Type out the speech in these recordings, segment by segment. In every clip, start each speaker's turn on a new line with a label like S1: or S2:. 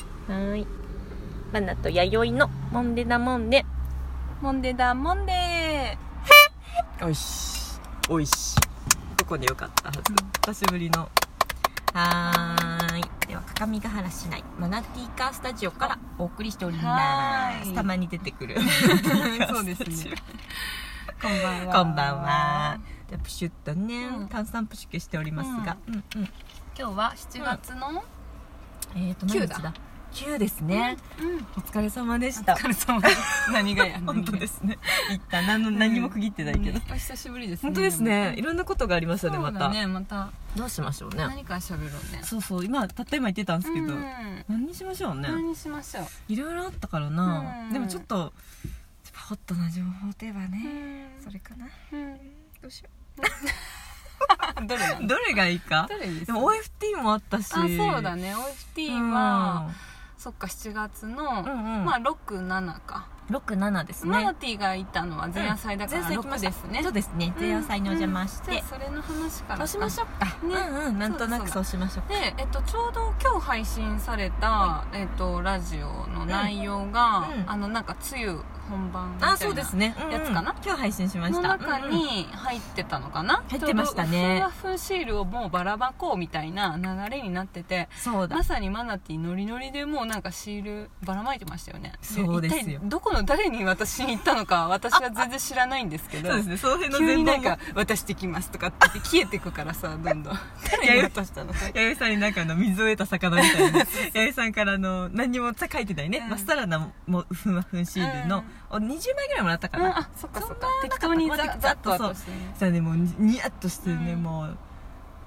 S1: はーいマナと弥生のモンデダモンデ
S2: モンデだモンデー
S1: おいしおいしどこでよかったはず、久しぶりのはーいでは各務原市内マナティーカースタジオからお送りしておりま
S2: はー
S1: す
S2: い
S1: たまに出て くる
S2: そうですねこんばん
S1: こんばんはじゃあプシュッとね、
S2: うん
S1: 炭酸プシュケしておりますが、うんうん
S2: 今日は7月の、
S1: えー、と
S2: 九
S1: 何日
S2: だ
S1: だ9ですね、
S2: うん、
S1: お疲れ様で
S2: お
S1: した
S2: 疲れ様です何がや
S1: 本当ですすね一旦何の何も区切ってないけど、
S2: お久しぶりですね
S1: 本当ですねいろんなことがありました
S2: で
S1: ね
S2: も
S1: ま
S2: そう
S1: た
S2: だねまた
S1: どうしましょうね
S2: 何か喋ろうね
S1: そうそう今たった今言ってたんですけど、
S2: うん
S1: 何にしましょうね、
S2: 何しましょう
S1: いろいろあったからな、
S2: うん
S1: でもちょっとホットな情報といえばね、それかな
S2: うんどうしよう どれな の
S1: どれがいいか
S2: どれに
S1: で
S2: する
S1: も OFT もあったし
S2: あそうだ
S1: ね
S2: ね OFT は、そっか7月の、
S1: んうん
S2: まあ67か、
S1: 67ですね
S2: マナティーがいたのは前夜祭だから
S1: 前菜来ま
S2: 6
S1: した
S2: ですね、
S1: そうですね前夜祭にお邪魔して、
S2: うんじゃあそれの話から
S1: そうしましょうか、
S2: ね
S1: うんうんなんとなくそうしましょう
S2: で、えっと、ちょうど今日配信された、えっと、ラジオの内容が、
S1: うんうん
S2: あのなんか梅雨本番みたいな
S1: あそうですね、うんうん
S2: やつかな
S1: 今日配信しまし
S2: の
S1: た
S2: 中
S1: うんうん
S2: に入ってたのかな、
S1: 入ってましたね
S2: ちょうどふわふわシールをもうばらまこうみたいな流れになってて
S1: そうだ
S2: まさにマナティーノリノリでもうなんかシールばらまいてましたよね
S1: そうですよ
S2: 一体どこの誰に渡しに行ったのか私は全然知らないんですけど
S1: そうですねその辺の
S2: 急
S1: 全
S2: にな
S1: 貌
S2: ん
S1: も
S2: か「渡してきます」とかって言って消えてくからさどんどん誰に渡したのか
S1: 弥生さんになんかあの水を得た魚みたい な弥生さんからあの何にも書いてないね、
S2: うん
S1: まっさらなもうふんわふんシールの、お20枚ぐらいもらったか
S2: うん
S1: な、
S2: あそっかそっ
S1: そ
S2: か
S1: んな
S2: 適当に
S1: な
S2: ざ
S1: んか
S2: ざっと
S1: ざっと
S2: 渡してね
S1: さあねもうににやっとしてね、
S2: うん
S1: もう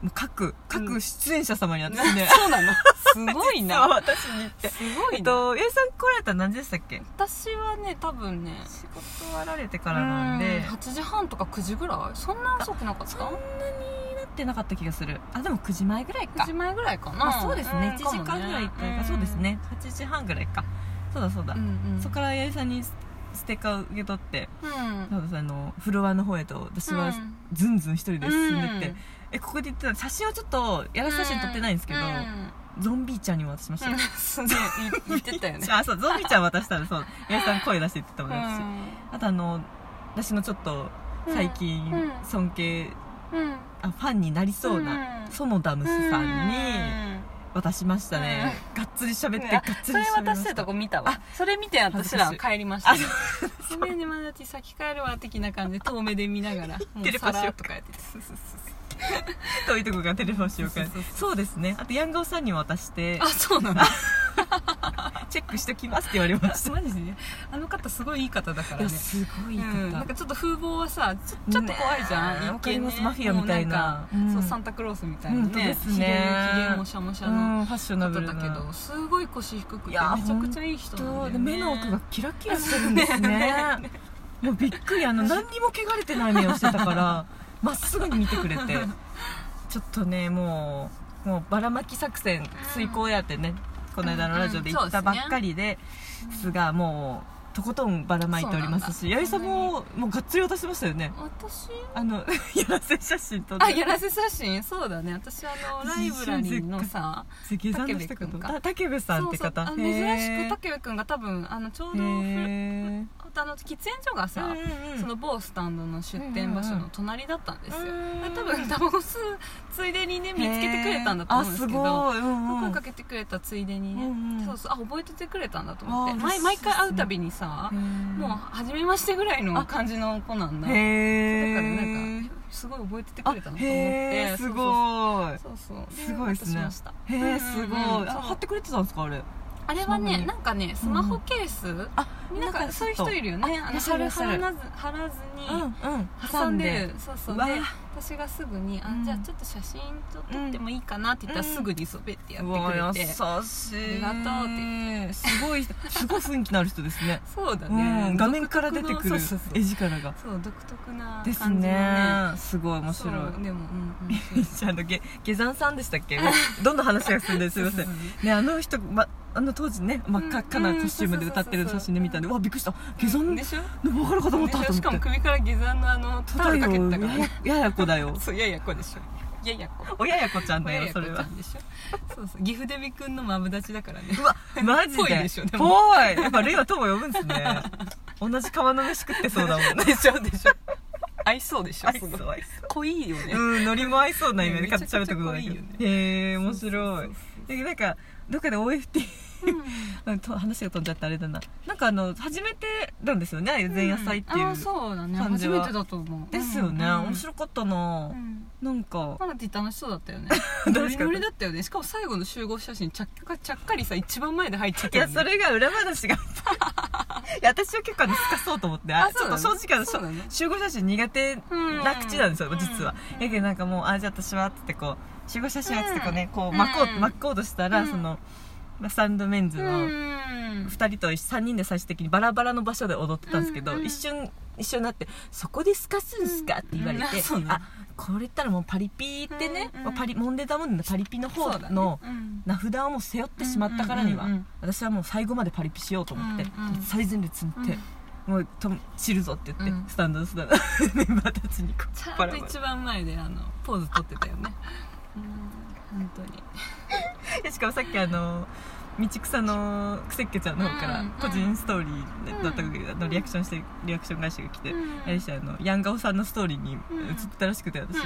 S1: もう各
S2: う
S1: 各
S2: ん
S1: 出演者様にやっ
S2: な
S1: てね、
S2: そうなのす ごい
S1: そう
S2: な
S1: 私に言って
S2: すご
S1: え
S2: い
S1: っ
S2: な
S1: と弥生さん来られたの何時でしたっけ
S2: 私はね多分ね
S1: 仕事終わられて
S2: う
S1: か
S2: ん
S1: らなんで
S2: 8時半とか9時ぐらいそんな遅くなかっ
S1: そんな
S2: た
S1: になってなかった気がするあでも9時前ぐらいか
S2: 9時前ぐらいかな
S1: まあそうですね、
S2: ん
S1: 1時間ぐらいというか、そうですね8時半ぐらいかそうだそうだ、
S2: うんうん
S1: そこから弥生さんにスステッカーを受け取って
S2: うん
S1: 多分あのフロアの方へと私は
S2: うん
S1: ずんずん一人で進んでって、
S2: うん
S1: えここで言ってた写真をちょっとやらせた写真撮ってないんですけど、
S2: うん
S1: ゾンビーちゃんにも渡しました
S2: う
S1: よ、
S2: んすげえ言ってたよね
S1: あ そうゾンビーちゃん渡したらそう弥生さん声出してって言った
S2: う
S1: もん私、
S2: ん
S1: あとあの私のちょっと最近
S2: うん
S1: 尊敬
S2: うん
S1: あファンになりそうな、
S2: うん
S1: ソノダムスさんに、
S2: うん
S1: 渡しましたね、がっつり喋って
S2: ね
S1: がっつ
S2: そ
S1: り喋りま
S2: れ
S1: した
S2: 渡してるとこ見たわそれ見て私らは帰りまし
S1: あ
S2: た
S1: そ
S2: ごめんねマナティ先帰るわ的な感じで遠目で見ながらも
S1: テ
S2: う
S1: レパシー
S2: さらっとかやってて
S1: 遠いとこからテレフォンしようか
S2: そうそう
S1: そうですねあとヤンガオさんにも渡して
S2: あそうなんだ
S1: チェックしときますって言われました
S2: マジであの方すごいいい方だから
S1: いや
S2: ね
S1: すごい方、
S2: うんなんかちょっと風貌はさちょちょっと怖いじゃん、
S1: ねえ
S2: 一見
S1: わかりますマフィアみたいな
S2: もうなんか
S1: うん
S2: そうサンタクロースみたいな
S1: 本当で
S2: ね
S1: すね
S2: ひげひげもしゃもしゃの
S1: うんファッショナ
S2: 方
S1: ブルな
S2: だけどすごい腰低くて
S1: い
S2: めち
S1: や
S2: ゃくちゃいい人なんだよね
S1: 目の奥がキラキラしてるんですね もうびっくりあの何にも汚れてない目をしてたからまっすぐに見てくれてちょっとねもうもうばらまき作戦遂行やってねこの間のラジオで言ったばっかりで
S2: うん
S1: すがもうとことんばらまいておりますし八重さんももうがっつり渡してましたよね
S2: 私
S1: あの やらせ写真撮って
S2: あやらせ写真そうだね私あ のライブラリーのさ
S1: 関山の人かと
S2: 武部君か
S1: た武部さんって方
S2: そうそうあ珍しく
S1: へー
S2: 竹部君が多分あのちょうどふ
S1: へー
S2: あの喫煙所がさ、
S1: うんうん
S2: その某スタンドの出店場所の隣だったんですよ、
S1: うん
S2: で多分タバコ吸うついでに ね見つけてくれたんだと思うんですけ
S1: へー
S2: ど
S1: あすごい、うんう
S2: 声
S1: ん
S2: かけてくれたついでにね、
S1: うんうん
S2: そうそうあ覚えててくれたんだと思って
S1: あー
S2: 毎毎回会うたびにさ、もう
S1: も
S2: 初めましてぐらいの感じの子なんだ
S1: へ
S2: だから
S1: え
S2: なんかすごい覚えててくれたなと思って
S1: す
S2: そうそうそう
S1: ごい
S2: そうそう
S1: すごいですね
S2: 渡しました
S1: へ
S2: うんうんう
S1: え
S2: ん
S1: すごい
S2: そう
S1: あ貼ってくれてたんですかあれ
S2: あれは
S1: スマホ
S2: ね
S1: に
S2: なんかねスマホケース、
S1: あ
S2: なんかそういう人いるよね
S1: あ
S2: あ
S1: いら
S2: の
S1: っしゃ
S2: 貼
S1: るいら
S2: ら
S1: っしゃる
S2: ず貼らず
S1: うん
S2: に
S1: うん
S2: 挟んでるそうそううで
S1: わ
S2: 私がすぐに「あ
S1: うん
S2: じゃあちょっと写真と撮ってもいいかな」って言ったら
S1: うん
S2: すぐにそべってや
S1: う
S2: ってくれ
S1: わ
S2: て
S1: 優しい
S2: ありがとうって
S1: ってすごい すごい雰囲気のある人ですね
S2: そうだ
S1: う
S2: ね
S1: ん画面から出てくる
S2: 独特のそうそうそう
S1: 絵力が
S2: そう独特な
S1: で
S2: 感
S1: す
S2: じのね
S1: ねすごい面白い
S2: そうでもうんうん
S1: あのげ下山さんでしたっけもうどんどん話が進んですいませんね、あの人、ま、あの当時ね真っ赤っかなコスチュームで歌ってる写真で見たんで、うわびっくりした下山
S2: でしょ
S1: 登かるかと思った
S2: でし
S1: と
S2: ょ
S1: 思
S2: しか
S1: っ
S2: も
S1: て
S2: 首から下山のあのタオルかけてたからね
S1: やややこだよ
S2: そういやいやこれでしょややこ
S1: 親や子ちゃんだ
S2: 親
S1: よ
S2: やこ
S1: そ
S2: ち
S1: れ
S2: ゃ
S1: は
S2: んでしょ そうそう岐阜デビ君のマブダチだからね
S1: うわマジで
S2: ぽいでしょでも
S1: ぽいやっぱレイは友呼ぶんですね同じ釜の飯食ってそうだもん
S2: でしょでしょ合い そうでしょ
S1: 合いそう合いそ
S2: 濃いよね、
S1: ううんノリも合いそうなイメージ
S2: ねめち
S1: 勝
S2: ゃく
S1: 手
S2: ち
S1: に喋った
S2: ゃ
S1: ことないけど
S2: 濃いよね
S1: へえ面白い
S2: そう
S1: でなんかどっかで OFT うんと話が飛んじゃってあれだななんかあの初めてなんですよねああいう前夜祭っていう、
S2: あーそうだね
S1: 感じ
S2: 初
S1: は
S2: めてだと思う
S1: ですよね、
S2: うん
S1: 面白かったな
S2: う、ん
S1: なんか
S2: マナティ楽しそうだったよ ね
S1: 確か
S2: ノ
S1: に
S2: リノリだったよねしかも最後の集合写真ちゃっかちゃっかりさ一番前で入っちゃっ
S1: い
S2: たよ
S1: や
S2: ね
S1: それが裏話がいや私は結構あのすかそうと思ってあ
S2: あ
S1: ち
S2: そ
S1: ょ
S2: う
S1: っ
S2: な
S1: と
S2: の
S1: 正直あのし
S2: そ
S1: ょ
S2: うなの
S1: 集合写真苦手な口なんですよ、
S2: うん
S1: 実は
S2: うん
S1: やけどなんかもうあじゃあ私はっつってこう集合写真はっつってこうね、こう
S2: うん
S1: 巻こう、
S2: うん
S1: 巻こうとしたら、
S2: うん
S1: そのまあサンドメンズ
S2: う
S1: の2
S2: ん
S1: 人と3人で最終的にバラバラの場所で踊ってたんですけど、
S2: うんうん
S1: 一瞬一緒になって「そこでスカすんすか?」って言われて、
S2: うんあそうなの
S1: あこれ言ったらもうパリピってね、
S2: うんうん
S1: まあパリモンデダモンデのパリピの方
S2: そうだね
S1: の
S2: うん
S1: 名札をもう背負ってしまったからには、
S2: うんうんうんうん
S1: 私はもう最後までパリピしようと思って、
S2: うんうん
S1: 最前列に行って、もうと散るぞって言って、
S2: うん
S1: スタンドのスタンド メンバーたちにこう
S2: ちゃ
S1: バ
S2: ん
S1: ラバ
S2: と
S1: ラ
S2: 一番前であのポーズ取ってたよねうん本当に
S1: でしかもさっきあの道草のクセッケちゃんの方から
S2: うん
S1: 個人ストーリーだった時
S2: うん
S1: のリアクションしてリアクション返しが来て、
S2: うん
S1: あれでしたあのヤンガオさんのストーリーに映ってたらしくて私、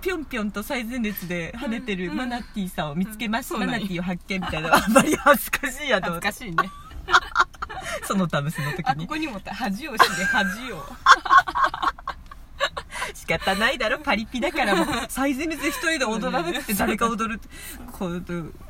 S1: ぴょんぴょんと最前列で跳ねてる
S2: うん
S1: マナティーさんを見つけました、
S2: うんそ
S1: マ
S2: うな
S1: ナ
S2: んや
S1: ティーを発見みたいなあんまり恥ずかしいやと
S2: 恥
S1: 思って
S2: ず かしいね
S1: そのためその時
S2: あこ
S1: に
S2: こにもあった恥をして恥を
S1: 仕方ないだろパリピだから もう最前列で一人で踊らなくて誰か踊るってこう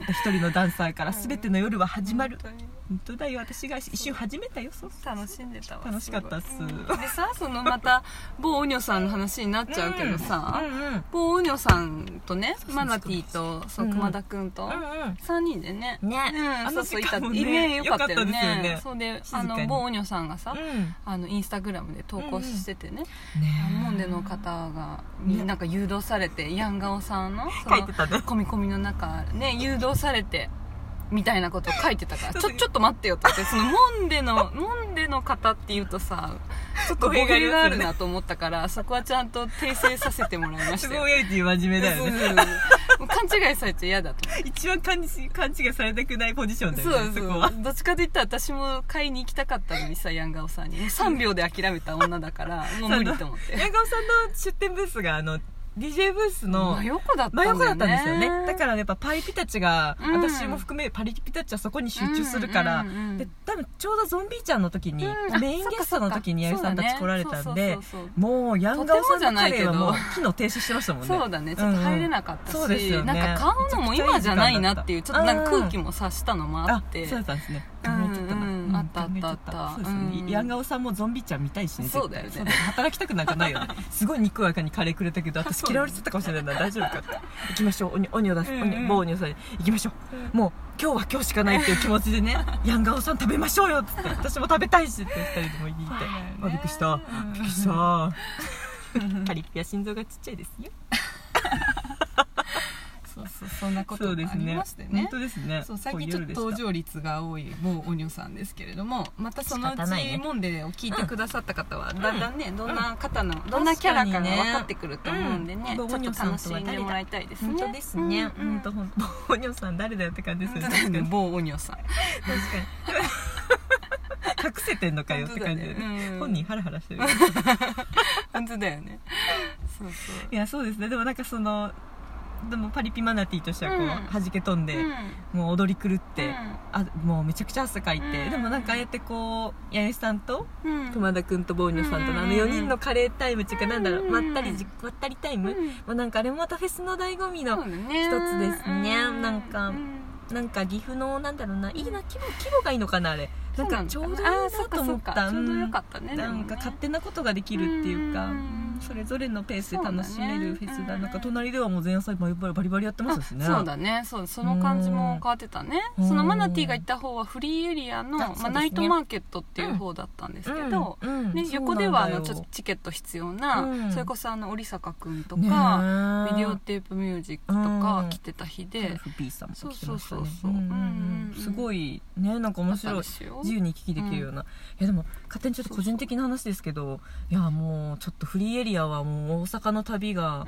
S1: 一人のダンサーから全ての夜は始まる
S2: 本当に
S1: 本当だよ私が一瞬始めたよそうそう
S2: 楽しんでたわ
S1: 楽しかったっす
S2: ごいうんでさそのまた某オニョさんの話になっちゃうけどさ、
S1: うんうん
S2: 某オニョさんとね
S1: う
S2: マナティとそううん熊田君と、
S1: う
S2: 三人でね
S1: んね
S2: うん、
S1: あ
S2: そ
S1: の
S2: うそう
S1: 時
S2: いた
S1: 間も
S2: いね
S1: ね
S2: よ
S1: 良
S2: か
S1: かっ
S2: っ
S1: た
S2: た
S1: です
S2: よ
S1: よ
S2: ね
S1: ね
S2: そうで
S1: 静か
S2: あ
S1: に
S2: の某オニョさんがさ、
S1: うんね
S2: あのインスタグラムで投稿しててね、モンデの方が
S1: ね
S2: なんか誘導されてヤンガオさんの
S1: 書
S2: その
S1: いてたね
S2: コミコミの中ね誘導されてみたいなこと書いてたからちょちょっと待ってよって言ってそのモンデのモンデの方って言うとさちょっと語
S1: 語弊
S2: 弊
S1: が
S2: が
S1: あ
S2: あ
S1: る
S2: る
S1: ね
S2: なと思ったからそこはちゃんと訂正させてもらいまし
S1: す
S2: た
S1: ご
S2: よ
S1: いエイティ真面目だよ
S2: うん
S1: ね
S2: もう勘違いされちゃ嫌だと
S1: 一番勘違い勘違いされたくないポジションだ
S2: そう
S1: よね
S2: そ
S1: そうこは
S2: どっちかといったら私も買いに行きたかったのにさヤンガオさんに3秒で諦めた女だからもう無理と思って
S1: 矢川さんの出店ブースがあの DJ ブースの
S2: 真横だったん
S1: 真
S2: だよ
S1: 横
S2: ね
S1: だったんですよねだからやっぱパリピたちが、
S2: うん
S1: 私も含めパリピたちはそこに集中するから、
S2: うんうんうん
S1: で多分ちょうどゾンビーちゃんの時に、
S2: うん
S1: メインゲストの時に
S2: あ
S1: 八
S2: そ
S1: 木
S2: っ
S1: さ
S2: か
S1: んたち来られたんで
S2: そうだねそうそうそうそう
S1: もうヤンガオさんのカレーはもう
S2: とてもじゃない
S1: 機能停止してましたもんね
S2: そうだねちょっと入れなかったし、
S1: うんうんそうですよね
S2: なんか買うのも今じゃないなっていうちょっとなんか空気も察したのもあ
S1: あ
S2: っ
S1: そう
S2: て
S1: だったんですね
S2: うん
S1: 考えちゃったな、
S2: うんあったあったあっ
S1: 考え
S2: た
S1: ちゃそうですよね
S2: うん
S1: ヤンガオさんもゾンビーちゃん見たいしね絶対
S2: そうだよね
S1: 働きたくなんかないよねすごいにこやかにカレーくれたけど私
S2: そう
S1: 嫌われちゃったかもしれないな大丈夫かって行きましょうおにおにを出す、おに
S2: うんうん
S1: 某おにをさんに行きましょう、もう今日は今日しかないっていう気持ちで ねヤンガオさん食べましょうよっつって私も食べたいしって二人でも言いに行って、あびっくりしたびっくり したカリピは心臓がちっちゃいですよ
S2: そうそうそんなことがありまして
S1: 本
S2: ね
S1: 当ですね
S2: そう最近ちょっと登場率が多い某オニョさんですけれどもまたそのう
S1: 仕方ない
S2: ち
S1: ね
S2: モンデを聞いてくださった方はだんだんねどんな方のど
S1: かにね
S2: んなキャラかが分かってくると思うんでねち
S1: う
S2: ょ
S1: ん
S2: っと楽しんでもらいたいですね
S1: 本当ですね、
S2: うんう
S1: 本
S2: ん
S1: 当本当ボーニョさん誰だよって感じですよね
S2: 本当だ
S1: 確
S2: よ
S1: か
S2: ね
S1: に
S2: 某オニョさん
S1: 確かに隠せてんのかよって感じで、
S2: 本当だ
S1: ね
S2: ねうん
S1: 本人ハラハラしてる
S2: 本当だよねそうそう
S1: いやそうですねでもなんかそのでもパリピマナティとしてはこう、
S2: うん
S1: 弾け飛んで、
S2: うん
S1: もう踊り狂って、
S2: うん
S1: あもうめちゃくちゃ汗かいて、
S2: うん
S1: でもなんかああやってこう八重さんと
S2: うん
S1: 熊田君とボーニョさんとのあ
S2: うん
S1: の4人のカレータイムっていうかなんだろう、
S2: うん
S1: まったりじまったりタイム、
S2: うん
S1: もうなんかあれもまたフェスの醍醐味の、
S2: そうだね
S1: 一つですね
S2: う
S1: なんか
S2: うん
S1: なんか岐阜のなんだろうないいな規模規模がいいのかなあれなんかちょうどいいな
S2: そう
S1: と思
S2: の
S1: っ
S2: あ
S1: た
S2: ーそっかそっかちょうどよか
S1: っ
S2: ったね
S1: なんか
S2: でも
S1: 勝
S2: ね
S1: 手なことができるっていうか
S2: うん
S1: それぞれのペースで楽しめるフェス
S2: そうだ
S1: だ
S2: ね
S1: なんか隣ではもう前菜バリバリバリバリやってましたしね
S2: あそうだねそうその感じも変わってたね
S1: うん
S2: そのマナティーが行った方はフリーエリアの
S1: あそうです
S2: まあ、
S1: ね
S2: ナイトマーケットっていう方だったんですけど、
S1: うんうんそうな
S2: ね
S1: んだよ
S2: 横ではあのちょっとチケット必要な、
S1: うん
S2: それこそあの織坂君とか、
S1: か
S2: ビデオテープミュージックとか来てた日で、
S1: セルフ B さんも来てました
S2: そうそうそう
S1: ね
S2: そう
S1: うんうん
S2: うん
S1: うん
S2: うん
S1: すごいねなんか面
S2: だ
S1: 白い
S2: ったんですよ
S1: 自由に行き来できるような、いやでも勝手にちょっと個人的な話ですけどいやもうちょっとフリーエリアはもう大阪の旅が
S2: うん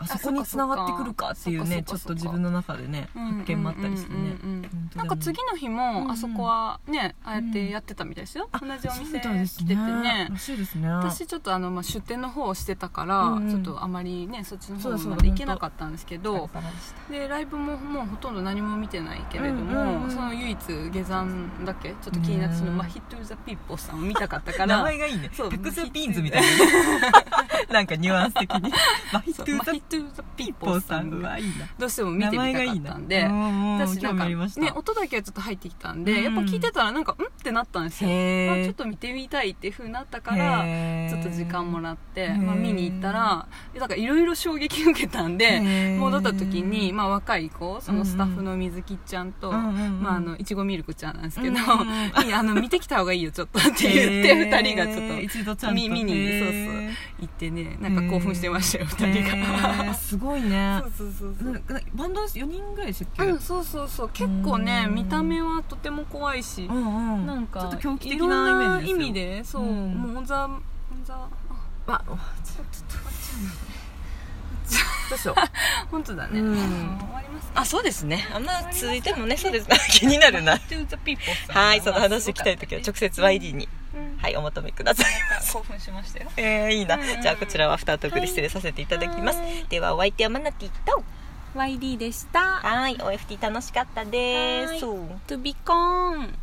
S1: あそこに繋がってくるかっていうねち
S2: そ
S1: ょっ
S2: っかそっか
S1: と自分の中でね
S2: うんうんうんうん
S1: 発見もあったりしてね本当だ
S2: な
S1: ね
S2: んか次の日
S1: うんうん
S2: もあそこはねああやってやってたみたいですよ、
S1: あ
S2: 同じお
S1: そう
S2: 店
S1: みたいで
S2: 来
S1: す
S2: ててね
S1: らしいですね
S2: 私ちょっとあの、まあ、出店の方をしてたから、
S1: うんうん
S2: ちょっとあまりねそっちの
S1: そうだそうだ
S2: 方まで行けなかったんですけ
S1: パラ
S2: ど
S1: パラでした
S2: でライブももうほとんど何も見てないけれども、
S1: うんうんうん
S2: その唯一下山だっけちょっと気になってその、
S1: うん
S2: まあ、ヒット・ザ・ピッポさんを見たかったか
S1: 名
S2: ら
S1: 前がいいね
S2: そう
S1: フックスピーンズみたいなね なんかニュアンス的 にマヒト
S2: そ
S1: ゥ
S2: う
S1: ー
S2: まあ
S1: ザ
S2: ヒット・ザ・ピッ
S1: ポ
S2: ポ
S1: ーさ
S2: さ
S1: ん
S2: んが
S1: はいいな
S2: どうしても見
S1: 名
S2: てみ
S1: 前が
S2: たか
S1: いい
S2: っ
S1: な
S2: たんで。
S1: うんうん
S2: 私な
S1: 興味
S2: んか、
S1: ありました
S2: ね、音だけはちょっと入ってきたんで、
S1: うん
S2: やっぱ聞いてたらなんか「ん?」ってなったんですよ
S1: へー
S2: あちょっと見てみたいっていうふうになったからちょっと時間も
S1: らっ
S2: らって、
S1: へー
S2: まあ、見に行ったらえなんかいろいろ衝撃を受けたんで戻った時に、まあ、若い子そのスタッフの水木ちゃんと、まあ、あのいちごミルクちゃんなんですけど、いやあの見てきた方がいいよちょっとって言って二人がちょっと
S1: 一度ちゃんと
S2: 見見に
S1: へー
S2: そう行ってねなんか興奮してましたよ二人
S1: へー
S2: が。
S1: すごい ね
S2: そうそう
S1: ななバンド4人ぐらいでしたっけ
S2: うん、そうそうそう結構ね
S1: うん
S2: 見た目はとても怖いし、
S1: んう
S2: なんか
S1: ちょっと狂気的
S2: いろ
S1: なんイメージですよ
S2: 意味でそう、
S1: うん
S2: もうオンザオンザあ
S1: あ
S2: ちょっと終わっちゃ
S1: どうしよ
S2: うな本当だね、
S1: うん
S2: あの終わります
S1: あそうですねあまあ続いてもねそうです 気になるな
S2: トゥーザピーポーさん
S1: はいその話聞きたい時は直接 YD に
S2: うん
S1: はいお求めください
S2: なんか興奮しましたよ
S1: えー、いいな、
S2: うんうん
S1: じゃあこちらはアフタートークで失礼させていただきます、
S2: はい
S1: ではお相手はマナティと
S2: YD でした
S1: はい OFT 楽しかったです
S2: トゥビコーン